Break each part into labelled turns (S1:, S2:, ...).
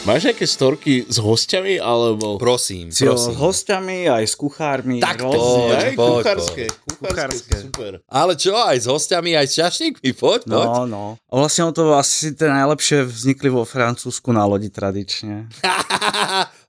S1: Máš nejaké storky s hostiami, alebo...
S2: Prosím,
S3: Si ho s
S2: prosím.
S3: hostiami, aj s kuchármi.
S2: Tak
S3: rôzne.
S2: to- Poď,
S1: Aj,
S2: poď,
S1: kuchárske,
S3: Kuchárske.
S1: kuchárske, super.
S2: Ale čo, aj s hostiami, aj s čašníkmi, poď, poď.
S3: No, no. A vlastne ono to asi tie najlepšie vznikli vo Francúzsku na lodi tradične.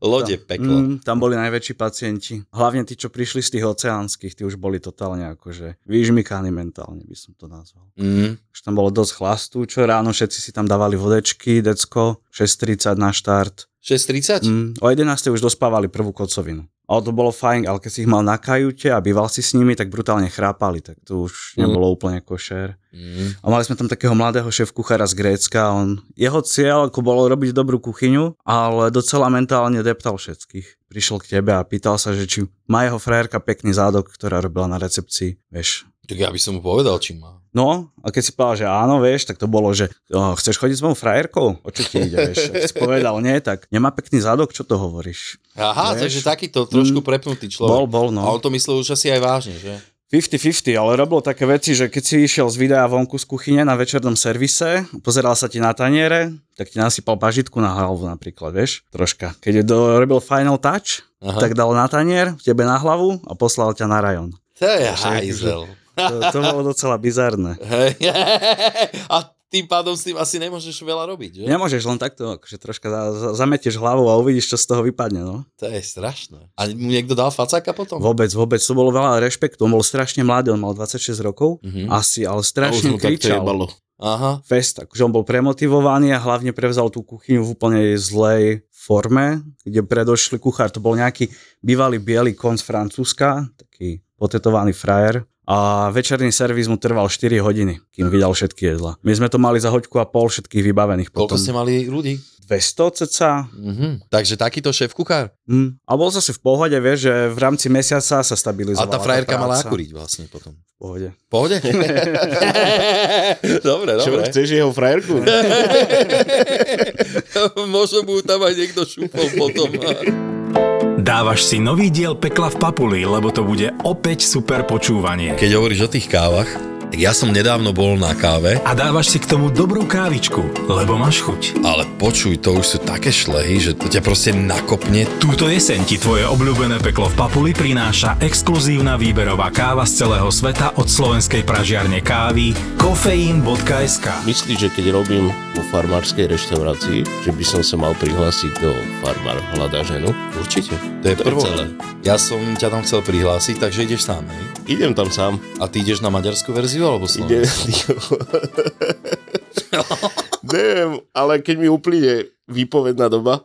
S2: Lode, peklo.
S3: Mm, tam boli najväčší pacienti. Hlavne tí, čo prišli z tých oceánskych, tí už boli totálne akože vyžmykaní mentálne, by som to nazval.
S2: Mm.
S3: Už tam bolo dosť chlastu, čo ráno všetci si tam dávali vodečky, decko, 6.30 na štart.
S2: 6.30?
S3: Mm, o 11. už dospávali prvú kocovinu. Ale to bolo fajn, ale keď si ich mal na kajute a býval si s nimi, tak brutálne chrápali, tak to už
S2: Mm.
S3: nebolo úplne košer.
S2: Mm.
S3: A mali sme tam takého mladého šéf kuchára z Grécka a on, jeho cieľ ako bolo robiť dobrú kuchyňu, ale docela mentálne deptal všetkých. Prišiel k tebe a pýtal sa, že či má jeho frajerka pekný zádok, ktorá robila na recepcii, vieš.
S2: Tak ja by som mu povedal, či má.
S3: No, a keď si povedal, že áno, vieš, tak to bolo, že o, chceš chodiť s mojou frajerkou? O čo ti ide, vieš? Ak si povedal nie, tak nemá pekný zádok, čo to hovoríš?
S2: Aha,
S3: Vieš?
S2: takže takýto
S3: Mm.
S2: trošku prepnutý
S3: Bol,
S2: človek.
S3: bol, no.
S2: A on to myslel už asi aj vážne, že?
S3: 50-50, ale robil také veci, že keď si išiel z videa vonku z kuchyne na večernom servise, pozeral sa ti na taniere, tak ti nasypal bažitku na hlavu napríklad, vieš, troška. Keď je do, robil final touch,
S2: Aha.
S3: Aha. tak dal na tanier, tebe na hlavu a poslal ťa na rajon.
S2: To je
S3: Takže-
S2: hajzel.
S3: To, to bolo docela bizarné.
S2: Hej. A tým pádom s tým asi nemôžeš veľa robiť, že?
S3: Nemôžeš len takto, akože troška za, za, zametieš hlavou a uvidíš, čo z toho vypadne, no.
S2: To je strašné. A mu niekto dal facáka potom?
S3: Vôbec, vôbec, to bolo veľa rešpektu. On bol strašne mladý, on mal 26 rokov,
S2: Mhm.
S3: asi,
S1: A
S3: ale
S1: už
S3: strašne
S1: mu tak
S3: kričal.
S1: triebalo.
S2: Aha.
S3: fest, akože on bol premotivovaný a hlavne prevzal tú kuchyňu v úplne jej zlej forme, kde predošli kuchár, to bol nejaký bývalý biely kon z Francúzska, taký potetovaný frajer a večerný servis mu trval 4 hodiny, kým vydal všetky jedla. My sme to mali za hoďku a pol všetkých vybavených potom.
S2: Koľko ste mali ľudí?
S3: 200 ceca.
S2: Mhm. Takže takýto šéf kuchár.
S3: Hm. A bol zase v pohode, vieš, že v rámci mesiaca sa
S2: A
S3: stabilizovala
S2: tá frajerka
S3: práca.
S2: mala akuriť vlastne potom.
S3: V pohode.
S2: V Pohode? dobre,
S1: Čo,
S2: dobre.
S1: chceš jeho frajerku?
S2: Možno mu tam aj niekto šúpol potom.
S4: Dávaš si nový diel Pekla v Papuli, lebo to bude opäť super počúvanie.
S2: Keď hovoríš o tých kávach, tak ja som nedávno bol na káve
S4: A dávaš si k tomu dobrú kávičku, lebo máš chuť.
S2: Ale počuj, to už sú také šlehy, že to ťa proste nakopne.
S4: Túto jeseň ti tvoje obľúbené peklo v Papuli prináša exkluzívna výberová káva z celého sveta od slovenskej pražiarne kávy kofeín.sk.
S1: Myslíš, že keď robím vo farmárskej reštaurácii, že by som sa mal prihlásiť do farmár hľadá ženu? Určite.
S2: To je prvo.
S1: celé.
S2: Ja som ťa tam chcel prihlásiť, takže ideš sám, hej?
S1: Idem tam sám.
S2: A ty ideš na maďarskú verziu alebo
S1: Ide...
S2: slovenskú?
S1: Neviem, ale keď mi uplyne výpovedná doba,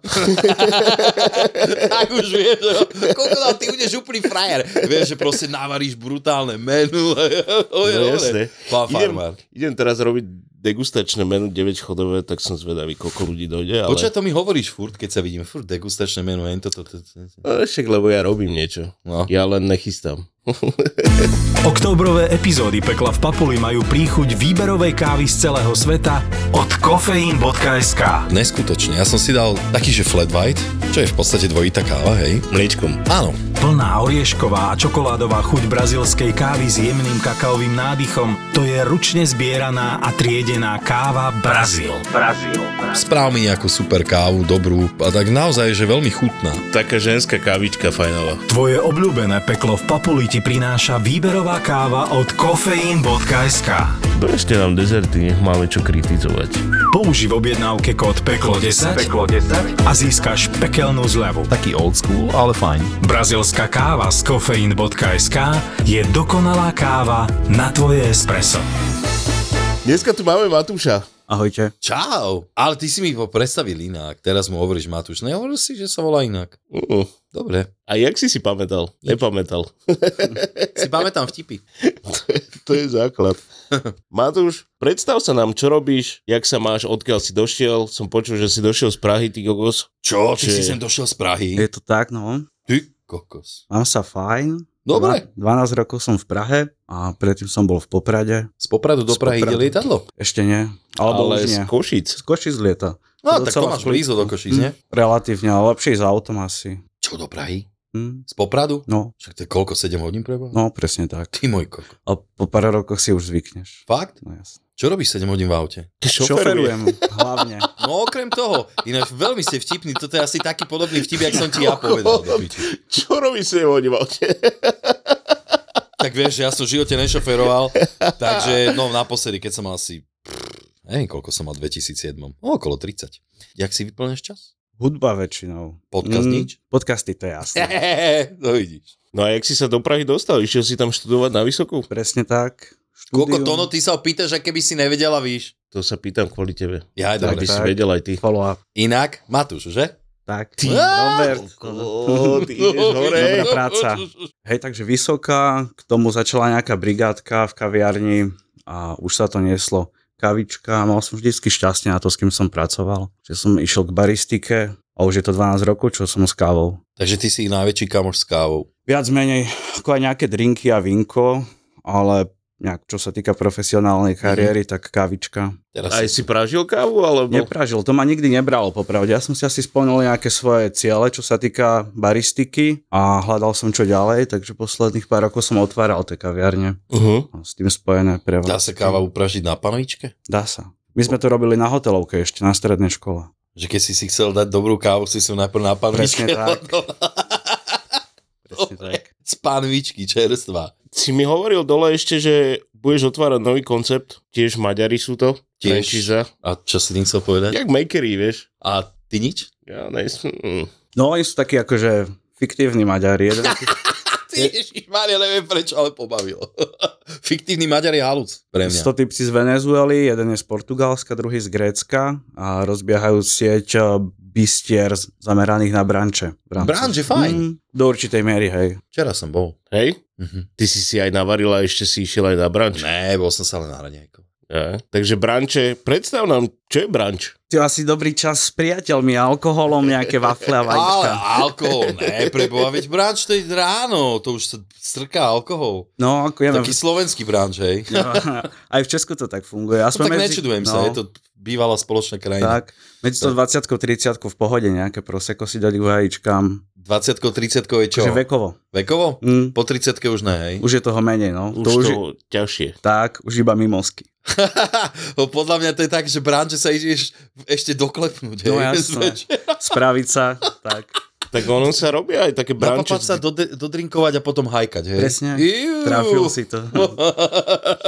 S2: Tak už vieš, že koľko tam ty budeš úplný frajer. Vieš, že proste navaríš brutálne menu. To je
S1: No
S2: dobre.
S1: jasne.
S2: Pán
S1: idem,
S2: farmár.
S1: idem teraz robiť degustačné menu 9 chodové, tak som zvedavý, koľko ľudí dojde, ale...
S2: Počkaj, to mi hovoríš furt, keď sa vidíme. Furt degustačné menu, jen toto. To, to, to.
S1: Ale No, však, lebo ja robím niečo.
S2: No.
S1: Ja len nechystám.
S4: Októbrové epizódy Pekla v Papuli majú príchuť výberovej kávy z celého sveta od kofeín.sk.
S2: Neskutočne, ja som si dal taký, že flat white, čo je v podstate dvojitá káva, hej?
S1: Mliečkom.
S2: Áno,
S4: Plná oriešková a čokoládová chuť brazilskej kávy s jemným kakaovým nádychom, to je ručne zbieraná a triedená káva Brazil.
S2: správ mi nejakú super kávu, dobrú, a tak naozaj, že veľmi chutná.
S1: Taká ženská kávička fajnová.
S4: Tvoje obľúbené peklo v Papuli ti prináša výberová káva od kofeín.sk.
S1: Bežte nám dezerty, nech máme čo kritizovať.
S4: Použij v objednávke kód PEKLO10 a získaš pekelnú zľavu.
S5: Taký old school, ale fajn.
S4: Brazilská káva z kofeín.sk je dokonalá káva na tvoje espresso.
S1: Dneska tu máme Matúša.
S3: Ahojte.
S2: Čau. Ale ty si mi ho predstavil inak. Teraz mu hovoríš Matúš. Nehovoril si, že sa volá inak.
S1: Mm.
S2: Dobre.
S1: A jak si si pamätal? Nepamätal.
S2: Si pamätám vtipy.
S1: To je základ. Matúš, predstav sa nám, čo robíš, jak sa máš, odkiaľ si došiel. Som počul, že si došiel z Prahy, ty kokos.
S2: Čo? Ty
S1: Čiže-
S2: si sem došiel z Prahy.
S3: Je to tak, no.
S2: Ty kokos.
S3: Mám sa fajn.
S2: Dobre.
S3: Dva- 12 rokov som v Prahe a predtým som bol v Poprade.
S2: Z Popradu
S3: Z
S2: do Prahy ide
S3: Popradu.
S2: lietadlo.
S3: Ešte nie. Alebo
S1: Ale
S3: už
S1: z
S3: nie.
S1: Košic.
S3: Skočí z lieta.
S2: No,
S3: To
S2: tak to
S3: docela
S2: máš
S3: v
S2: blízo do
S3: kľudku.
S2: Košíc, nie?
S3: Relatívne, ale lepšie s autom asi.
S2: Čo do Prahy?
S3: Hm.
S2: Z Popradu?
S3: No,
S2: Však to je koľko? 7 hodín preboha?
S3: no, presne tak.
S2: Ty môj kokos.
S3: A po pár rokoch si už zvykneš.
S2: Fakt?
S3: No jasne.
S2: Čo robíš 7 hodín v aute?
S1: Šoferuje.
S3: hlavne.
S2: No okrem toho, ináč veľmi ste vtipní, toto je asi taký podobný vtip, jak som ti ja povedal. Do piči.
S1: Čo robíš s neho,
S2: tak vieš, že ja som v živote nešoferoval, takže no naposledy, keď som mal asi, pff, neviem koľko som mal v 2007, no, okolo 30. Jak si vyplňaš čas?
S3: Hudba väčšinou.
S2: Podcast
S3: Mm,
S2: nič?
S3: Podcasty, to je jasné.
S2: to vidíš.
S1: No a jak si sa do Prahy dostal? Išiel si tam študovať na vysokú?
S3: Presne tak.
S2: Koľko tono ty sa opýtaš, aké by si nevedela, víš?
S1: To sa pýtam kvôli tebe.
S2: Ja aj
S1: Tak
S2: dobre.
S1: by si
S3: tak.
S1: vedel aj ty.
S3: Follow up.
S2: Inak, Matúš, že?
S3: Tak.
S2: Ty,
S3: Robert.
S1: Ó, ty ideš hore.
S3: Dobrá práca. Hej, takže vysoká, k tomu začala nejaká brigádka v kaviarni a už sa to nieslo. Kavička, mal som vždycky šťastie na to, s kým som pracoval. Že som išiel k baristike a už je to 12 rokov, čo som s kávou.
S2: Takže ty si najväčší kamoš s kávou.
S3: Viac menej, ako aj nejaké drinky a vinko, ale nejak, čo sa týka profesionálnej kariéry, tak kavička.
S2: Teraz
S1: Aj si prážil kávu, alebo...
S3: Nepražil, to ma nikdy nebralo popravde. Ja som si asi splnil nejaké svoje ciele, čo sa týka baristiky a hľadal som čo ďalej, takže posledných pár rokov som otváral tie kaviarne.
S1: Uh-huh.
S3: A S tým spojené pre
S2: Dá sa káva upražiť na panovičke?
S3: Dá sa. My sme to robili na hotelovke ešte, na strednej škole.
S2: Že keď si si chcel dať dobrú kávu, si si ju najprv na panvičke
S3: Presne tak.
S2: Presne tak. Z panvičky čerstva.
S1: Si mi hovoril dole ešte, že budeš otvárať nový koncept. Tiež Maďari sú to.
S2: Tiež.
S1: Franšíza.
S2: A čo si tým chcel povedať?
S1: Jak makery, vieš.
S2: A ty nič?
S1: Ja nejsem... mm.
S3: No oni sú takí akože fiktívni Maďari. Jeden,
S2: Ty ježišmária, neviem prečo, ale pobavilo. Fiktívny Maďar je haluc pre mňa.
S3: 100 typci z Venezuely, jeden je z Portugalska, druhý z Grécka a rozbiehajú sieť eh, bistier z- zameraných na branče. Branč,
S2: Branč je fajn.
S3: do určitej miery, hej.
S2: Včera som bol.
S1: Hej?
S2: Mhm.
S1: Ty si si aj navarila, ešte si išiel aj na branč.
S2: Ne, bol som sa len na hranejko.
S1: Ja. Takže branče, predstav nám, čo je branč.
S3: Ty asi dobrý čas s priateľmi, alkoholom, nejaké wafle a
S2: Ale
S3: vajíčka.
S2: alkohol, ne, preboha, veď branč to je ráno, to už sa strká alkohol.
S3: No, ako ja
S2: Taký slovenský branč, hej.
S3: no, Aj v Česku to tak funguje.
S2: No,
S3: Aspoň
S2: tak nečudujem sa, je to bývalá spoločná krajina.
S3: Tak, medzi 120 30 v pohode nejaké proseko si dať k vajíčkam.
S2: 20 30 je čo?
S3: Čiže vekovo.
S2: Vekovo?
S3: Mm,
S2: Po 30 už ne, hej.
S3: Akože už je toho menej, no.
S1: Už
S3: to už je,
S1: to ťažšie.
S3: tak, už iba mimosky.
S2: No, Podľa mňa to je tak, že branče sa ideš ešte doklepnúť.
S3: No
S2: hej.
S3: jasné. Spraviť sa, tak.
S1: Tak ono sa robia aj také branče.
S2: Napapať sa, dode- dodrinkovať a potom hajkať, hej?
S3: Presne.
S2: Iu.
S3: Trafil si to.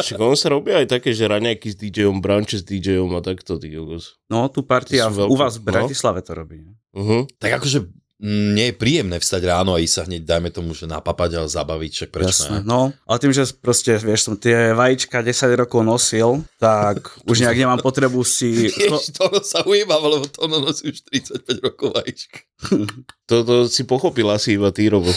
S1: Však ono sa robia aj také, že raňajky s DJom, branče s DJom a takto, ty kokos.
S3: No, tu partia
S1: To sú
S3: v- u
S1: veľké,
S3: vás v
S1: no.
S3: Bratislave to robí. ne?
S1: Uh-huh.
S2: Tak akože mm, nie je príjemné vstať ráno a ísť sa hneď, dajme tomu, že napapať a zabaviť, však prečo
S3: Jasné.
S2: ne?
S3: No, ale tým, že proste, vieš, som tie vajíčka 10 rokov nosil, tak už nejak nemám potrebu si...
S2: Ježiš, Tono sa ujímam, lebo Tono nosí už 35 rokov vajíčka.
S1: Toto si pochopil asi iba ty, Robo.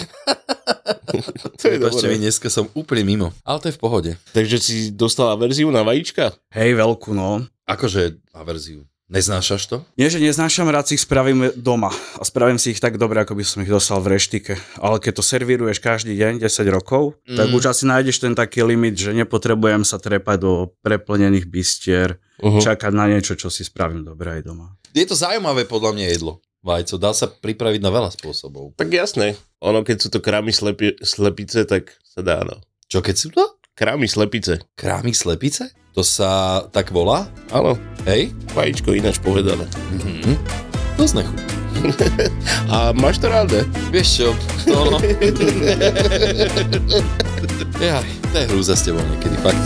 S1: to je
S2: Prepačte mi,
S1: dobré.
S2: dneska som úplne mimo. Ale to je v pohode.
S1: Takže si dostala verziu na vajíčka?
S3: Hej, veľkú, no.
S2: Akože averziu. Neznášaš to?
S3: Nie, že neznášam, rád si ich spravím doma. A spravím si ich tak dobre, ako by som ich dostal v reštike. Ale keď to servíruješ každý deň 10 rokov, mm. tak
S2: Mm.
S3: už asi nájdeš ten taký limit, že nepotrebujem sa trepať do preplnených bistier,
S1: Uh-huh.
S3: čakať na niečo, čo si spravím dobre aj doma.
S2: Je to zaujímavé podľa mňa jedlo. Vajco, dá sa pripraviť na veľa spôsobov.
S1: Tak jasné. Ono, keď sú to krámy slepi- slepice, tak sa dá, no.
S2: Čo keď sú to?
S1: Krámy slepice.
S2: Krámy slepice? To sa tak volá?
S1: Áno,
S2: Hej?
S1: vajíčko ináč povedané.
S2: Mhm. To znechu.
S1: A máš to rád, ne?
S2: Vieš čo? No. To... Jaj, to je hrúza s tebou niekedy, fakt.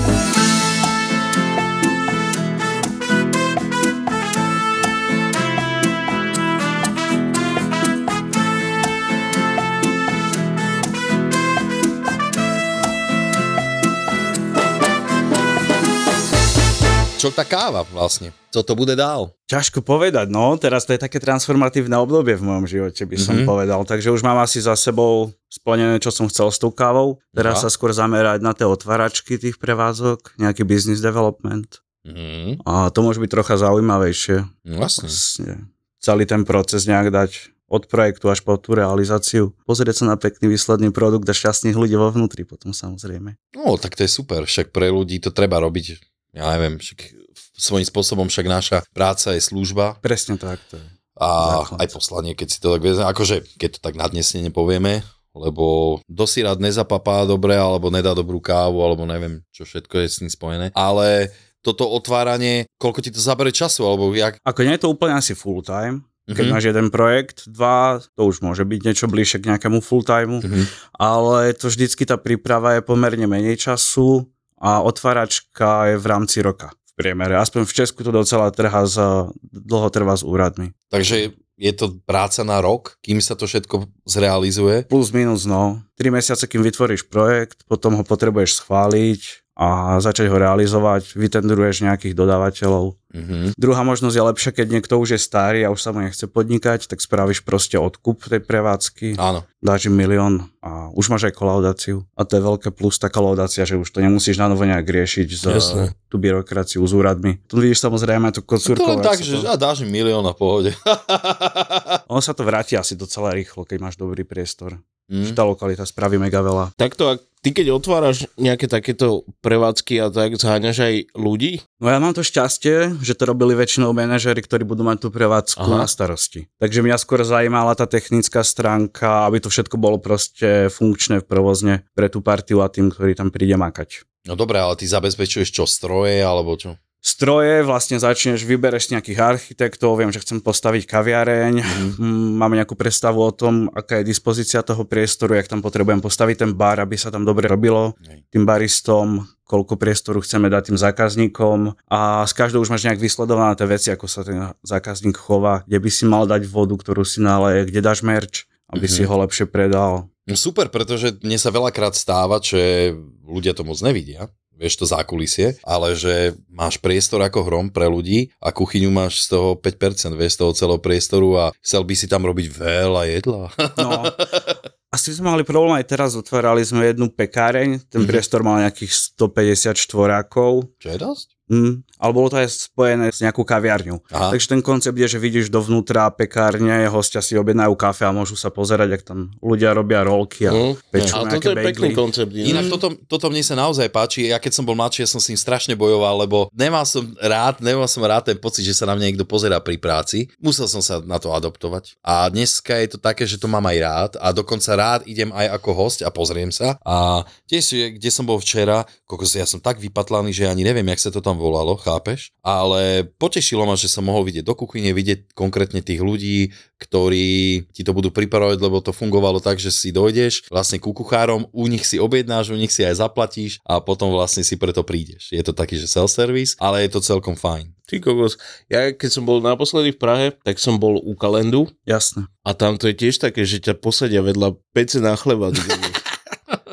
S2: čo tá káva vlastne? Co to bude dál?
S3: Ťažko povedať, no. Teraz to je také transformatívne obdobie v mojom živote, by som
S2: Mhm.
S3: povedal. Takže už mám asi za sebou splnené, čo som chcel s tou kávou. Teraz
S2: Aha.
S3: sa skôr zamerať na tie otváračky tých prevádzok, nejaký business development.
S2: Mm,
S3: A to môže byť trocha zaujímavejšie.
S2: no jasne.
S3: Vlastne. Celý ten proces nejak dať od projektu až po tú realizáciu. Pozrieť sa na pekný výsledný produkt a šťastných ľudí vo vnútri potom samozrejme.
S2: No, tak to je super, však pre ľudí to treba robiť, ja neviem, však svojím spôsobom však naša práca je služba
S3: Presne tak to je.
S2: a
S3: Základ.
S2: aj poslanie, keď si to tak vezme, akože keď to tak nadnesne nepovieme, lebo dosirát nezapapá dobre, alebo nedá dobrú kávu, alebo neviem, čo všetko je s tým spojené, ale toto otváranie, koľko ti to zabere času, alebo jak...
S3: Ako nie je to úplne asi full time, keď
S2: Mhm.
S3: máš jeden projekt, dva, to už môže byť niečo bližšie k nejakému full timeu,
S2: Mhm.
S3: ale to vždycky tá príprava je pomerne menej času a otváračka je v rámci roka v priemere. Aspoň v Česku to docela trhá za, dlho trvá s úradmi.
S2: Takže je to práca na rok, kým sa to všetko zrealizuje.
S3: Plus minus, no. 3 mesiace, kým vytvoríš projekt, potom ho potrebuješ schváliť a začať ho realizovať, vytendruješ nejakých dodávateľov.
S2: Mhm.
S3: Druhá možnosť je lepšia, keď niekto už je starý a už sa mu nechce podnikať, tak spravíš proste odkup tej prevádzky.
S2: Áno.
S3: dáš im milión a už máš aj kolaudáciu. A to je veľké plus, tá kolaudácia, že už to nemusíš na novo nejak riešiť za
S1: Jasné.
S3: tú byrokraciu s úradmi. Tu vidíš samozrejme aj tú
S2: To
S3: kocúrkové.
S2: len tak,
S3: ak sa
S2: že
S3: to-
S2: a dáš im milión na pohode.
S3: Ono sa to vráti asi docela rýchlo, keď máš dobrý priestor.
S2: Mm.
S3: Tá lokalita spraví mega veľa.
S1: Takto, ak ty keď otváraš nejaké takéto prevádzky a tak, zháňaš aj ľudí?
S3: No ja mám to šťastie, že to robili väčšinou manažery, ktorí budú mať tú prevádzku
S1: Aha.
S3: na starosti. Takže mňa skôr zajímala tá technická stránka, aby to všetko bolo proste funkčné v provozne pre tú partiu a tým, ktorý tam príde makať.
S2: No dobré, ale ty zabezpečuješ čo, stroje alebo čo?
S3: stroje, vlastne začneš, vybereš si nejakých architektov, viem, že chcem postaviť kaviareň,
S2: Mhm.
S3: mm, máme nejakú predstavu o tom, aká je dispozícia toho priestoru, jak tam potrebujem postaviť ten bar, aby sa tam dobre robilo
S2: Hej.
S3: tým baristom, koľko priestoru chceme dať tým zákazníkom a s každou už máš nejak vysledované tie veci, ako sa ten zákazník chová, kde by si mal dať vodu, ktorú si naleje, kde dáš merč, aby si
S2: Mhm.
S3: ho lepšie predal.
S2: No super, pretože mne sa veľakrát stáva, že ľudia to moc nevidia, vieš to zákulisie, ale že máš priestor ako hrom pre ľudí a kuchyňu máš z toho 5%, vieš, z toho celého priestoru a chcel by si tam robiť veľa jedla.
S3: No. Asi sme mali problém aj teraz, otvárali sme jednu pekáreň, ten
S2: Mhm.
S3: priestor mal nejakých 150 štvorákov,
S2: Čo je dosť?
S3: Mm, ale bolo to aj spojené s nejakou kaviarňou.
S2: Aha.
S3: Takže ten koncept je, že vidíš dovnútra pekárne, hostia si objednajú kafe a môžu sa pozerať, ak tam ľudia robia rolky a
S1: Hm.
S3: pečú
S1: A
S3: nejaké
S1: toto je pekný
S3: bagely.
S1: koncept.
S2: Inak toto, toto mne sa naozaj páči, ja keď som bol mladší, ja som s tým strašne bojoval, lebo nemal som rád, nemal som rád ten pocit, že sa na mňa niekto pozerá pri práci. Musel som sa na to adoptovať. A dneska je to také, že to mám aj rád a dokonca rád idem aj ako host a pozriem sa. A tiež, je, kde som bol včera, kokos, ja som tak vypatlaný, že ani neviem, jak sa to tam volalo, chápeš? Ale potešilo ma, že som mohol vidieť do kuchyne, vidieť konkrétne tých ľudí, ktorí ti to budú pripravovať, lebo to fungovalo tak, že si dojdeš vlastne ku kuchárom, u nich si objednáš, u nich si aj zaplatíš a potom vlastne si preto prídeš. Je to taký, že self-service, ale je to celkom fajn.
S1: Ty kokos. Ja keď som bol naposledy v Prahe, tak som bol u Kalendu
S3: Jasné.
S1: a tam to je tiež také, že ťa posadia vedľa pece na chleba. ty kokos.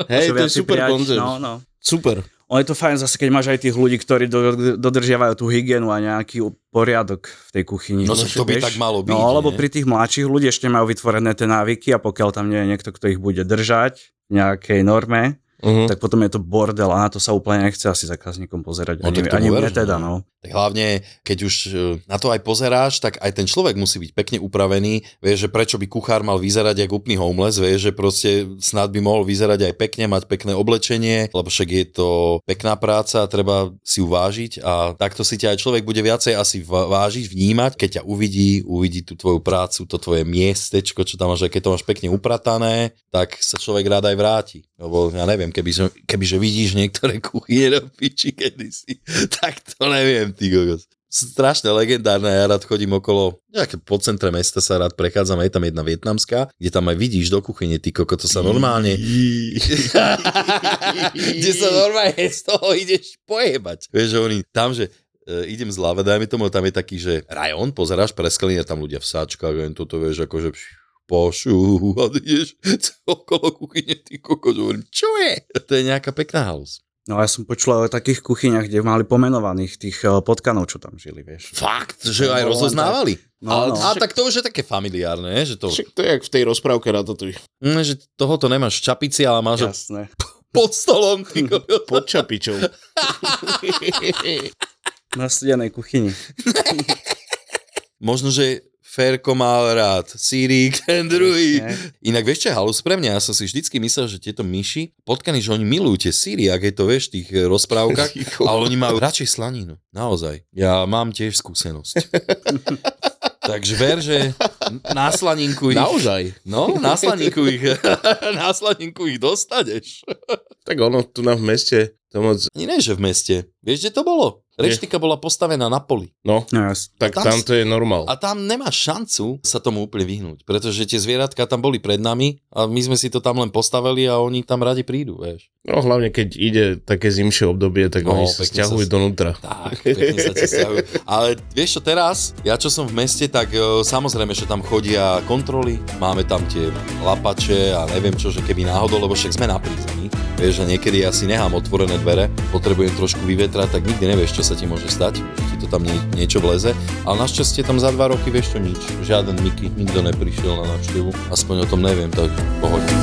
S1: Hej,
S3: Čo
S1: to je
S3: viac si
S1: super
S3: prijať,
S1: koncept.
S3: No, no.
S1: Super.
S3: Ono je to fajn zase, keď máš aj tých ľudí, ktorí do, dodržiavajú tú hygienu a nejaký poriadok v tej kuchyni.
S2: No, však to by
S3: Vieš?
S2: tak malo byť,
S3: No, lebo
S2: nie?
S3: pri tých mladších ľudí ešte majú vytvorené tie návyky a pokiaľ tam nie je niekto, kto ich bude držať v nejakej norme,
S2: Hm.
S1: Uh-huh.
S3: tak potom je to bordel a na to sa úplne nechce asi zákazníkom pozerať.
S2: No,
S3: ani
S2: tak tomu
S3: ani mne
S2: ver,
S3: teda,
S2: no.
S3: no.
S2: Tak hlavne, keď už e, na to aj pozeráš, tak aj ten človek musí byť pekne upravený. Vieš, že prečo by kuchár mal vyzerať ako úplný homeless, vieš, že proste snad by mohol vyzerať aj pekne, mať pekné oblečenie, lebo však je to pekná práca, treba si ju vážiť a takto si ťa aj človek bude viacej asi va- vážiť, vnímať, keď ťa uvidí, uvidí tú tvoju prácu, to tvoje miestečko, čo tam máš, aj keď to máš pekne upratané, tak sa človek rád aj vráti. Lebo ja neviem, keby, kebyže vidíš niektoré kuchyne do piči kedysi, tak to neviem, ty kokos. Strašne legendárne, ja rád chodím okolo, nejaké po centre mesta sa rád prechádzam, je tam jedna vietnamská, kde tam aj vidíš do kuchyne, ty koko, to sa normálne... kde sa normálne z toho ideš pojebať. Vieš, že oni tam, že e, idem z lave, dajme tomu, tam je taký, že rajón, pozeráš, presklený, a tam ľudia v sáčkach, len toto vieš, akože pš, pošu, a ty ideš okolo kuchyne, ty kokos, hovorím, čo je? To je nejaká pekná halus.
S3: No a ja som počul aj o takých kuchyniach, kde mali pomenovaných tých eh, potkanov, čo tam žili, vieš.
S2: Fakt, že aj rozoznávali.
S3: No,
S2: Ale-
S3: no.
S2: A tak to už je také familiárne, že, to,
S1: Však to je jak v tej rozprávke na Tatuji.
S2: mm, že tohoto nemáš v čapici, ale máš ho
S3: Jasné.
S2: pod stolom. Ty kokos.
S1: Pod čapičou.
S3: Na studenej kuchyni.
S2: Možno, že Ferko mal rád Siri, ten druhý.
S3: Ne?
S2: Inak vieš, čo je halus pre mňa? Ja som si vždycky myslel, že tieto myši, potkany, že oni milujú tie Siri, ak je to vieš v tých eh, rozprávkach, ale oni majú radšej slaninu. Naozaj. Ja mám tiež skúsenosť. Takže ver, že na slaninku ich...
S1: Naozaj.
S2: No, na slaninku ich, na slaninku ich dostaneš.
S1: Tak ono tu na v meste, to moc,
S2: Ani ne, že v meste. Vieš, kde to bolo?
S1: Kde?
S2: Reštika bola postavená na poli.
S1: no,
S3: No, jas-
S1: tak
S2: Tam
S1: tam,
S2: s-
S1: to je normál.
S2: A tam nemáš šancu sa tomu úplne vyhnúť, pretože tie zvieratka tam boli pred nami a my sme si to tam len postavili a oni tam radi prídu, vieš.
S1: No hlavne keď ide také zimšie obdobie, tak
S2: No,
S1: no, oni sa
S2: pekne
S1: stiahujú
S2: sa-
S1: donútra.
S2: Tak, pekne sa ti stiahujú. Ale vieš čo teraz? Ja čo som v meste, tak e, samozrejme, že tam chodia kontroly, máme tam tie lapače a neviem čo, že keby náhodou, lebo však sme na prízemí. Vieš, že niekedy ja si nechám otvorené dvere, potrebujem trošku vyvetrať, tak nikdy nevieš, čo sa ti môže stať, že ti to tam nie, niečo vleze. Ale našťastie tam za dva roky vieš čo nič. Žiaden Miky, nikto neprišiel na návštevu. Aspoň o tom neviem, tak pohodne.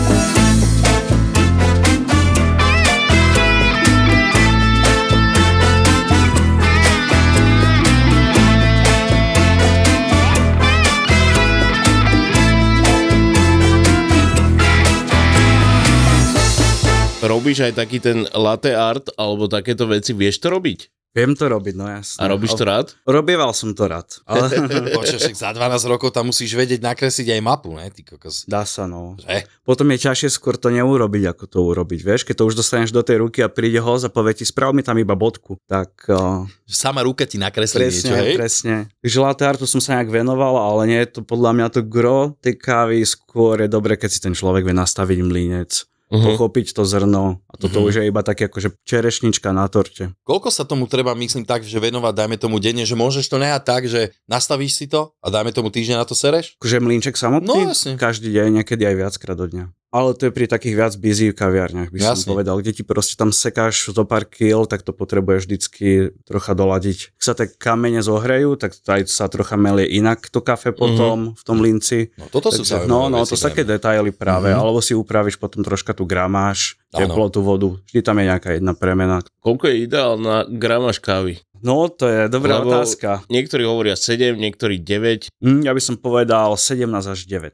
S1: Robíš aj taký ten latte art alebo takéto veci, vieš to robiť?
S3: Viem to robiť, no jasné.
S1: A robíš to rád?
S3: Robieval som to rád, ale
S2: Bože, však za 12 rokov tam musíš vedieť nakresliť aj mapu, ne? Ty kokos.
S3: dá sa, no.
S2: Že?
S3: Potom je ťažšie skôr to neurobiť, ako to urobiť, vieš. Keď to už dostaneš do tej ruky a príde hoz a povie ti, sprav mi tam iba bodku, tak... eh,
S2: Že sama ruka ti nakreslí
S3: Presne,
S2: niečo, hej?
S3: presne. Takže latte artu som sa nejak venoval, ale nie je to podľa mňa to gro tej kávy. Skôr je dobre, keď si ten človek vie nastaviť mlínec,
S2: Hm.
S1: Uh-huh.
S3: pochopiť to zrno. A toto
S2: Mhm.
S3: už je iba také akože čerešnička na torte.
S2: Koľko sa tomu treba, myslím tak, že venovať, dajme tomu denne, že môžeš to nehať tak, že nastavíš si to a dajme tomu týždeň na to sereš?
S3: Akože mlínček samotný?
S2: No, jasne.
S3: Každý deň, niekedy aj viackrát do dňa. Ale to je pri takých viac busy kaviarniach, by
S2: Jasne.
S3: som povedal, kde ti proste tam sekáš zo pár kil, tak to potrebuješ vždycky trocha doladiť. Ak sa tie kamene zohrejú, tak to aj sa trocha melie inak to kafe potom v tom linci.
S2: No toto Mhm. sú
S3: Takže,
S2: zaujímavé
S3: no, no,
S2: veci,
S3: to sú také
S2: dajme.
S3: detaily práve,
S2: Mhm.
S3: mm-hmm. alebo si upravíš potom troška tú gramáž,
S2: Áno.
S3: teplotu, vodu, vždy tam je nejaká jedna premena.
S1: Koľko je ideálna gramáž kávy?
S3: No, to je dobrá
S1: Lebo-
S3: Lebo... otázka.
S1: Niektorí hovoria 7, niektorí 9.
S3: Hm, ja by som povedal 17 až 9.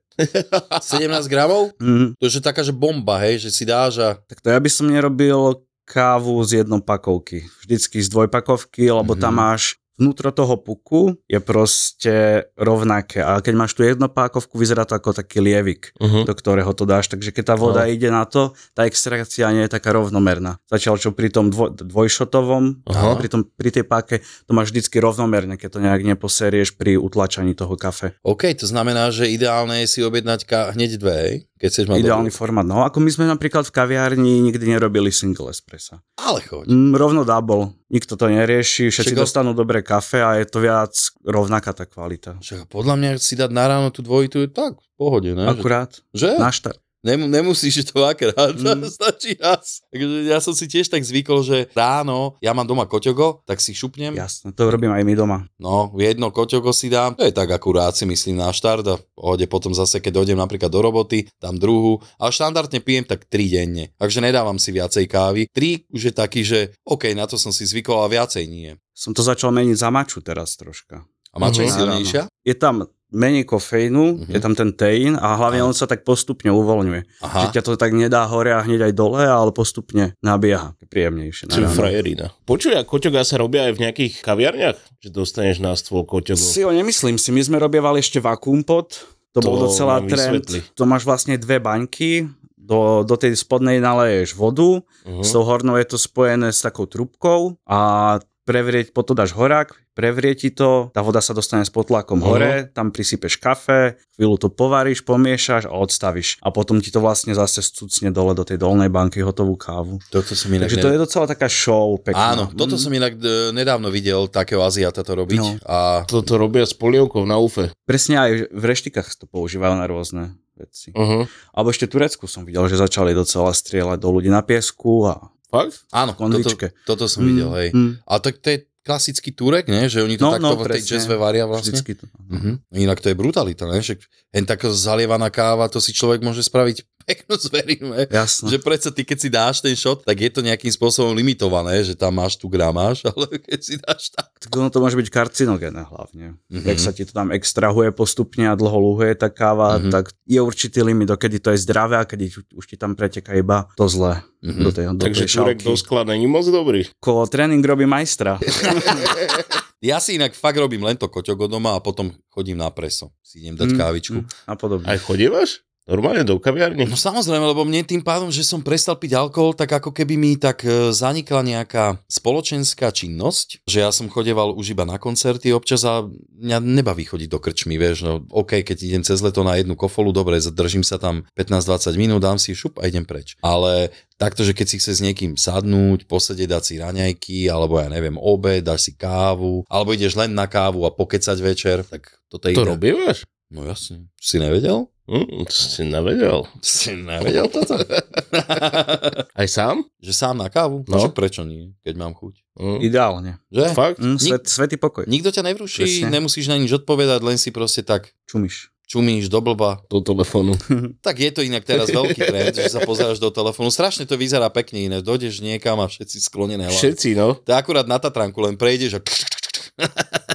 S2: 17 gramov?
S3: Hm,
S2: To je že taká, že bomba, hej, že si dáš a...
S3: tak to ja by som nerobil kávu z jednopakovky, vždycky z dvojpakovky, lebo mm-hmm.
S2: Mhm.
S3: tam máš vnútro toho puku je proste rovnaké. A keď máš tú jednopákovku, vyzerá to ako taký lievik.
S1: Uh-huh.
S3: do ktorého to dáš, takže keď tá
S1: No.
S3: voda no. ide na to, tá extrakcia nie je taká rovnomerná. Zatiaľ čo pri tom dvo, dvojšotovom,
S1: Aha.
S3: pri, tom, pri tej páke, to máš vždycky rovnomerne, keď to nejak neposerieš pri utlačaní toho kafe.
S2: OK, to znamená, že ideálne je si objednať ka... hneď dve, hej? Keď chceš mať
S3: Ideálny
S2: Dobrú.
S3: formát. No ako my sme napríklad v kaviarni nikdy nerobili single espressa.
S2: Ale choď.
S3: Mm, rovno double. Nikto to nerieši, všetci
S2: Však-
S3: dostanú dobré kafe a je to viac rovnaká tá kvalita.
S2: Však podľa mňa si dať na ráno tú dvojitu je tak v pohode, ne?
S3: Akurát.
S2: Že?
S3: Na štart.
S2: Nem, nemusíš to dvakrát, mm.
S3: Mm.
S2: stačí raz. Takže ja som si tiež tak zvykol, že ráno, ja mám doma koťogo, tak si šupnem, ja.
S3: Jasné, to robím aj my doma.
S2: no jedno koťogo si dám, to je tak akurát si myslím na štart a v pohode potom zase, keď dojdem napríklad do roboty, dám druhú, ale štandardne pijem tak tri denne, takže nedávam si viacej kávy. Tri už je taký, že OK, na to som si zvykol a viacej nie.
S3: Som to začal meniť za maču teraz troška.
S2: A má čo je
S1: Mhm.
S2: silnejšia?
S3: je tam menej kofeínu,
S2: Mhm.
S3: mm-hmm. je tam ten teín a hlavne
S2: Áno.
S3: on sa tak postupne uvoľňuje.
S2: Aha.
S3: Aha. Že ťa to tak nedá hore a hneď aj dole, ale postupne nabieha. Je Príjemnejšie. na
S1: Čo je
S3: ráno.
S1: frajerina. Počuj, a koťoga sa robia aj v nejakých kaviarniach? Že dostaneš na stôl koťogov.
S3: Si ho nemyslím si, my sme robievali ešte vakuum pod,
S1: To
S3: to, bol docela
S1: nám
S3: trend.
S1: vysvetli.
S3: To máš vlastne dve baňky, do, do tej spodnej naleješ vodu,
S2: Mhm.
S3: S
S1: Uh-huh.
S3: tou hornou je to spojené s takou trubkou a prevrieť, potom dáš horák, prevrie ti to, tá voda sa dostane s potlakom
S1: Mhm.
S3: hore, tam prisypeš kafe, chvíľu to povaríš, pomiešaš a odstaviš. A potom ti to vlastne zase scucne dole do tej dolnej banky hotovú kávu.
S2: Toto som inak
S3: Takže to je docela taká show pekná.
S2: Áno, toto
S3: Mm.
S2: som inak e, nedávno videl takého Aziata to robiť
S3: No.
S2: a
S1: Toto robia s polievkou na ufe.
S3: Presne aj v reštikách to používajú na rôzne veci.
S1: Uh-huh.
S3: Alebo ešte v Turecku som videl, že začali docela strieľať do ľudí na piesku a
S1: Fakt?
S2: Áno, toto,
S3: Konvičke.
S2: toto som videl, hej.
S3: Mm,
S2: Ale tak to je klasický turek, ne? že oni to
S3: No,
S2: takto
S3: no,
S2: v tej
S3: presne.
S2: jazzve varia vlastne.
S3: vždycky to.
S2: Mhm. Inak to je brutalita, ne? Však len taká zalievaná káva, to si človek môže spraviť peknú zverinu, ne?
S3: Jasné.
S2: Že predsa ty, keď si dáš ten shot, tak je to nejakým spôsobom limitované, že tam máš tu gramáž, ale keď si dáš tak...
S3: Tak ono to môže byť karcinogénne hlavne.
S2: Mhm.
S3: Mm-hmm. Ak sa ti to tam extrahuje postupne a dlho luhuje tá káva,
S2: Mhm.
S3: mm-hmm. tak je určitý limit, dokedy to je zdravé a kedy už- už ti tam preteká iba to zlé. Mm-hmm. Do
S2: Mhm.
S3: tej, do
S1: Takže
S3: tej
S1: Turek
S3: šálky.
S1: do skla není moc dobrý.
S3: Kolo tréning robí majstra.
S2: Ja si inak fakt robím len to koťogo doma a potom chodím na preso. Si idem dať
S3: Mm,
S2: kávičku.
S3: mm, A podobne.
S1: Aj chodievaš? Normálne do kaviarne?
S2: No samozrejme, lebo mne tým pádom, že som prestal piť alkohol, tak ako keby mi tak e, zanikla nejaká spoločenská činnosť, že ja som chodeval už iba na koncerty občas a mňa nebaví chodiť do krčmy, vieš, no OK, keď idem cez leto na jednu kofolu, dobre, zdržím sa tam 15-20 minút, dám si šup a idem preč. Ale takto, že keď si chce s niekým sadnúť, posedieť, dať si raňajky, alebo ja neviem, obed, dáš si kávu, alebo ideš len na kávu a pokecať večer, tak toto je
S1: To
S2: ide.
S1: robívaš?
S2: No jasne. Si nevedel?
S1: Hm, to si nevedel.
S2: Si nevedel toto?
S1: Aj sám?
S2: Že sám na kávu?
S1: No.
S2: No. Že prečo nie, keď mám chuť?
S1: Hm.
S3: Ideálne.
S2: Že?
S1: Fakt?
S3: Mm,
S2: Nik-
S3: svet, svetý pokoj.
S2: Nikto ťa nevruší,
S3: Presne.
S2: nemusíš na nič odpovedať, len si proste tak
S3: Čumiš.
S2: čumíš do blba.
S1: Do telefónu.
S2: Tak je to inak teraz veľký trend, že sa pozeráš do telefónu. Strašne to vyzerá pekne iné. Dojdeš niekam a všetci sklonené hlavy.
S1: Všetci, no.
S2: To je akurát na Tatranku, len prejdeš a...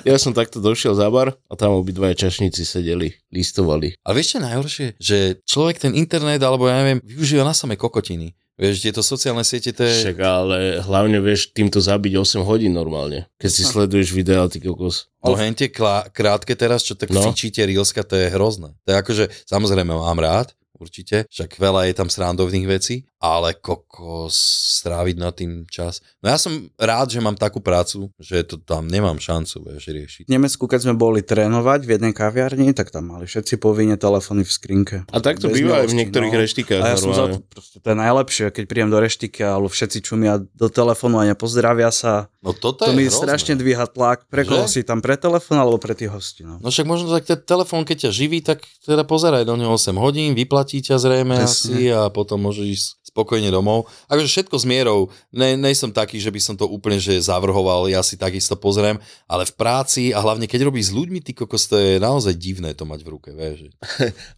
S1: Ja som takto došiel za bar a tam obidvaja čašníci sedeli, listovali.
S2: A vieš čo je najhoršie? Že človek ten internet, alebo ja neviem, využíva na samé kokotiny. Vieš, tieto sociálne siete, to je...
S1: Však ale hlavne vieš týmto zabiť 8 hodín normálne. Keď si sleduješ videa, ty kokos.
S2: To hen tie klá- krátke teraz, čo tak
S1: No.
S2: no. fičíte rílska, to je hrozné. To je akože, samozrejme mám rád, určite, však veľa je tam srandovných vecí, ale kokos, stráviť na tým čas. No ja som rád, že mám takú prácu, že to tam nemám šancu, vieš, riešiť.
S3: V Nemecku, keď sme boli trénovať v jednej kaviarni, tak tam mali všetci povinne telefóny v skrinke.
S1: A tak to
S3: Bez
S1: býva aj v
S3: milosti,
S1: niektorých
S3: no.
S1: reštikách.
S3: A ja som za to,
S1: normálne.
S3: proste, to je najlepšie, keď príjem do reštiky, ale všetci čumia do telefónu a nepozdravia sa.
S2: No
S3: To,
S2: toto
S3: to mi
S2: je hrozné.
S3: strašne dvíha tlak, pre koho si
S2: Že?
S3: tam, pre telefón alebo pre tých hostí. No.
S2: No však možno tak ten telefón, keď ťa živí, tak teda pozeraj do neho 8 hodín, vyplatí ťa zrejme
S3: Presne.
S2: asi a potom môžeš ísť spokojne domov. Akože všetko s mierou. Ne, nej som taký, že by som to úplne že zavrhoval, ja si takisto pozriem, ale v práci a hlavne keď robíš s ľuďmi, ty kokos, to je naozaj divné to mať v ruke, vieš.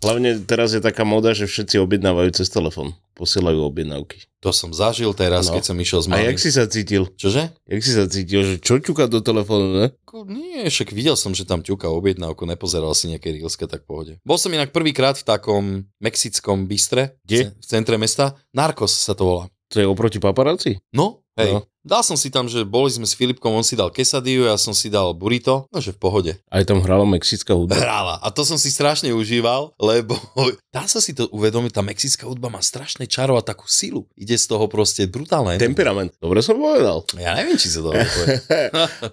S1: Hlavne teraz je taká moda, že všetci objednávajú cez telefón. Posielajú objednávky.
S2: To som zažil teraz,
S1: No.
S2: no. keď som išiel z
S1: A
S2: malým.
S1: jak si sa cítil?
S2: Čože?
S1: Jak si sa cítil, že čo ťuka do telefónu, ne?
S2: Ko- Nie, však videl som, že tam ťuka objednávku, nepozeral si nejaké rílske, tak v pohode. Bol som inak prvýkrát v takom mexickom bistre,
S1: Kde?
S2: v centre mesta. Narcos sa to volá.
S1: To je oproti paparáci?
S2: No, hej.
S1: No.
S2: No. Dal som si tam, že boli sme s Filipkom, on si dal quesadillo, ja som si dal burrito, no že v pohode.
S1: Aj tam hrala mexická hudba.
S2: Hrála. A to som si strašne užíval, lebo dá sa si to uvedomiť, tá mexická hudba má strašné čaro a takú silu. Ide z toho proste brutálne.
S1: Temperament. Dobre som povedal.
S2: Ja neviem, či sa to dobre povie.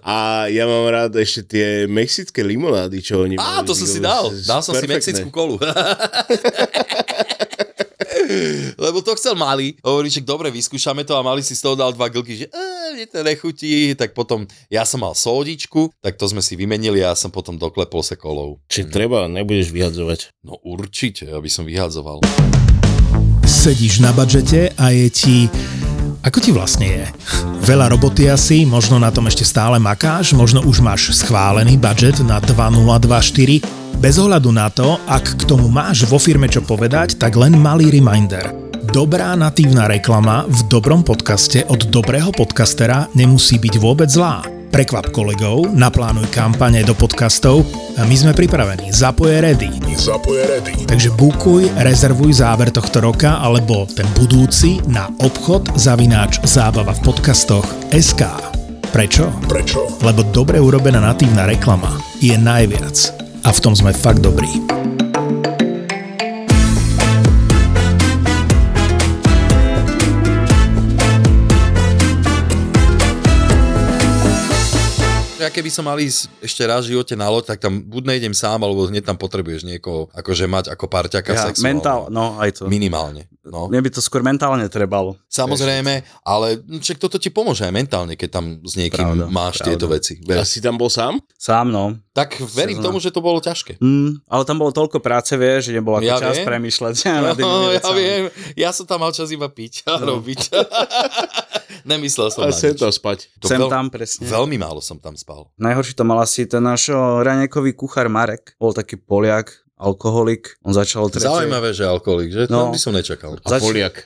S1: A ja mám rád ešte tie mexické limonády, čo oni
S2: Á,
S1: majú.
S2: to som
S1: Ty
S2: si
S1: kokos,
S2: dal.
S1: s-
S2: Dal som si
S1: perfektné.
S2: mexickú kolu. Lebo to chcel malý. Hovorí, že dobre, vyskúšame to a mali si z toho dal dva glky, že e, mne to nechutí. Tak potom ja som mal sódičku, tak to sme si vymenili a ja som potom doklepol sa kolou.
S1: Či treba, nebudeš vyhadzovať.
S2: No určite, aby som vyhadzoval.
S6: Sedíš na budžete a je ti... Ako ti vlastne je? Veľa roboty asi, možno na tom ešte stále makáš, možno už máš schválený budget na 2024. Bez ohľadu na to, ak k tomu máš vo firme čo povedať, tak len malý reminder. Dobrá natívna reklama v dobrom podcaste od dobrého podcastera nemusí byť vôbec zlá. Prekvap kolegov, naplánuj kampane do podcastov a my sme pripravení. Zapoje ready. Takže bukuj, rezervuj záver tohto roka alebo ten budúci na obchod zavináč zábava v podcastoch SK. Prečo? Prečo? Lebo dobre urobená natívna reklama je najviac. A v tom sme fakt dobrí.
S2: Ja keby som mal ísť ešte raz v živote na loď, tak tam buď nejdem sám, alebo hneď tam potrebuješ niekoho, akože mať ako parťaka
S3: Ja,
S2: sexuálne.
S3: mentál, no aj to.
S2: Minimálne. No.
S3: Mne by to skôr mentálne trebalo.
S2: Samozrejme, ale však toto ti pomôže aj mentálne, keď tam s niekým
S3: Pravda,
S2: máš
S3: pravda.
S2: tieto veci.
S1: A
S2: Vieš.
S1: si tam bol sám?
S3: Sám, no.
S2: Tak verím
S3: Sezóna.
S2: tomu, že to bolo ťažké.
S3: Mm, ale tam bolo toľko práce, vieš, že nebol ako
S2: Ja
S3: čas
S2: viem.
S3: premýšľať.
S2: No,
S3: nad inými
S2: ja
S3: vecami. No.
S2: viem, ja som tam mal čas iba piť a robiť. Nemyslel som
S1: A
S2: na
S1: sem
S2: nič.
S1: tam spať.
S2: To
S3: Sem
S2: veľ-
S3: tam presne.
S2: Veľmi málo som tam spal.
S3: Najhorší to mal asi ten náš o, raňajkový kuchár Marek. Bol taký Poliak, alkoholik. On začal o tretej,
S2: Zaujímavé, že alkoholik, že?
S3: No.
S2: No. To by som nečakal.
S1: A
S3: Zač-
S1: Poliak.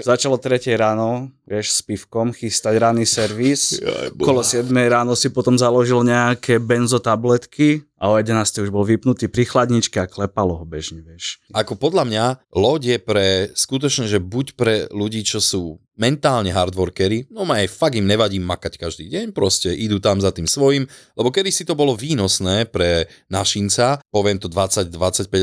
S3: začal o tretej ráno, vieš, s pivkom, chystať ranný servis.
S1: Jaj, boha.
S3: Kolo 7 ráno si potom založil nejaké benzotabletky a o 11 už bol vypnutý pri chladničke a klepalo ho bežne, vieš.
S2: Ako podľa mňa, loď je pre, skutočne, že buď pre ľudí, čo sú mentálne hardworkery, no ma aj fakt im nevadí makať každý deň, proste idú tam za tým svojim, lebo kedy si to bolo výnosné pre našinca, poviem to 20-25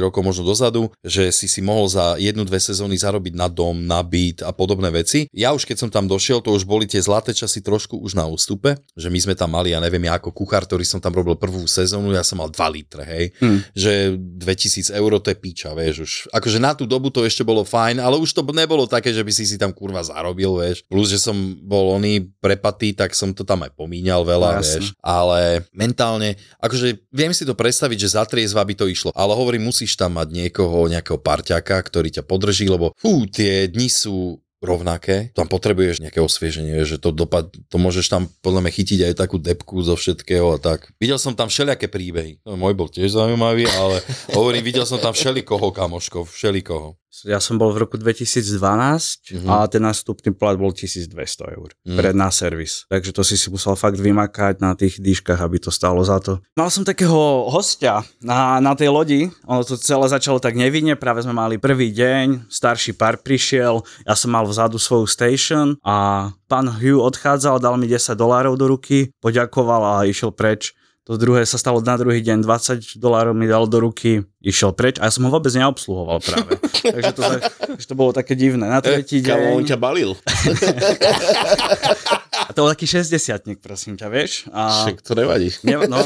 S2: rokov možno dozadu, že si si mohol za jednu, dve sezóny zarobiť na dom, na byt a podobné veci. Ja už keď som tam došiel, to už boli tie zlaté časy trošku už na ústupe, že my sme tam mali, ja neviem, ja ako kuchár, ktorý som tam robil prvú sezónu, ja som mal 2 litre, hej že 2000 eur to je píča, vieš už. Akože na tú dobu to ešte bolo fajn, ale už to nebolo také, že by si si tam kurva zarobil, vieš. Plus, že som bol oný prepatý, tak som to tam aj pomíňal
S3: No,
S2: veľa, no,
S3: jasne.
S2: vieš. Ale mentálne, akože viem si to predstaviť, že za triezva by to išlo. Ale hovorím, musíš tam mať niekoho, nejakého parťaka, ktorý ťa podrží, lebo fú, tie dni sú rovnaké, tam potrebuješ nejaké osvieženie, že to dopad, to môžeš tam podľa mňa chytiť aj takú depku zo všetkého a tak. Videl som tam všelijaké príbehy, no, môj bol tiež zaujímavý, ale hovorím, videl som tam všelikoho, kamoško, všelikoho.
S3: Ja som bol v roku 2012
S2: Mhm.
S3: a ten nástupný plat bol 1200 eur
S2: Mhm.
S3: pre na servis. Takže to si si musel fakt vymakať na tých dýškach, aby to stálo za to. Mal som takého hostia na, na tej lodi. Ono to celé začalo tak nevinne, práve sme mali prvý deň, starší pár prišiel, ja som mal vzadu svoju station a pán Hugh odchádzal, dal mi 10 dolárov do ruky, poďakoval a išiel preč. To druhé sa stalo na druhý deň, 20 dolárov mi dal do ruky, išiel preč a ja som ho vôbec neobsluhoval práve. Takže to, tak- že to bolo také divné. Na tretí
S1: Kámo, on
S3: deň,
S1: ťa balil.
S3: a to bol taký 60 prosím ťa, vieš. A,
S1: Však to nevadí.
S3: ne, no.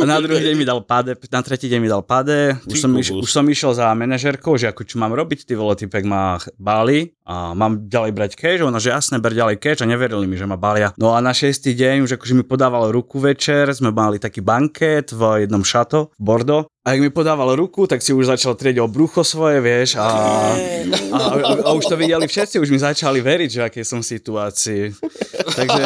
S3: a na druhý deň mi dal páde, na tretí deň mi dal páde, už
S1: Ty
S3: som, iš,
S1: kokos.
S3: už som išiel za manažerkou, že ako čo mám robiť, ty vole, typek ma ch- báli a mám ďalej brať cash, ona, že jasné, ber ďalej cash a neverili mi, že ma bália. No a na šiestý deň už akože mi podával ruku večer, sme mali taký banket v jednom šato, v Bordo. A ak mi podával ruku, tak si už začal trieť o brucho svoje, vieš, a, a, a, a už to videli všetci, už mi začali veriť, že aké som v situácii. Takže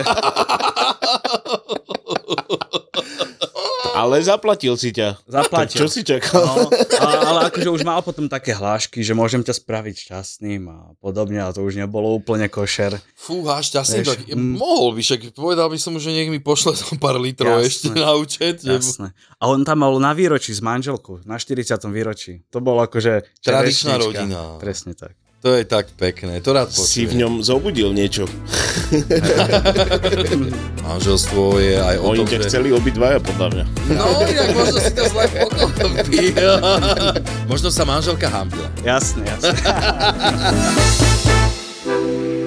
S1: Ale zaplatil si ťa. Tak
S3: zaplatil.
S1: čo si čakal?
S3: No, a, ale akože už mal potom také hlášky, že môžem ťa spraviť šťastným a podobne, a to už nebolo úplne košer.
S2: Fúha,
S3: Vieš,
S2: šťastný, tak
S3: mm.
S2: mohol by, však povedal by som mu, že nech mi pošle tam pár litrov
S3: Jasné.
S2: ešte na účet. lebo-
S3: Jasné. A on tam mal na výročí s manželkou, na 40. výročí. To bolo akože... čerešnička.
S2: Tradičná rodina.
S3: Presne tak.
S2: To je tak pekné, to rád počujem.
S1: Si v ňom zobudil niečo.
S2: Manželstvo je aj o
S1: Oni
S2: tom,
S1: ťa
S2: že...
S1: chceli obidvaja, podľa mňa.
S2: No, inak možno si to zle pochopil. možno sa manželka hambila.
S3: Jasné, jasné.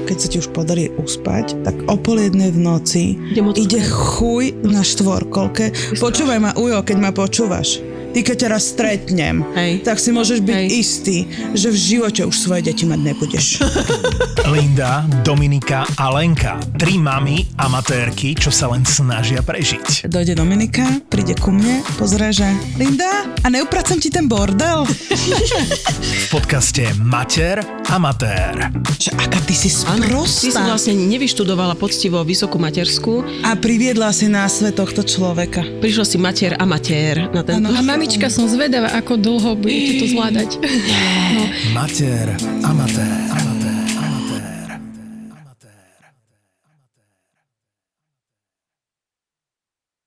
S5: keď sa ti už podarí uspať, tak o pol jednej v noci ide chuj na štvorkolke. Počúvaj ma, Ujo, keď ma počúvaš. Ty keď ťa raz stretnem,
S7: Hej.
S5: tak si môžeš byť
S7: Hej.
S5: istý, že v živote už svoje deti mať nebudeš.
S6: Linda, Dominika a Lenka. Tri mamy amatérky, čo sa len snažia prežiť.
S5: Dojde Dominika, príde ku mne, pozrie, že Linda, a neupracem ti ten bordel?
S6: V podcaste Mater Amatér.
S5: Že aká ty si
S7: Ty si
S5: sprostá.
S7: vlastne nevyštudovala poctivo vysokú materskú,
S5: A priviedla si na svet tohto človeka.
S7: prišla si mater a mater na ten...
S5: Áno.
S8: A mamička som zvedavá, ako dlho budete to zvládať.
S6: Mater Amatér.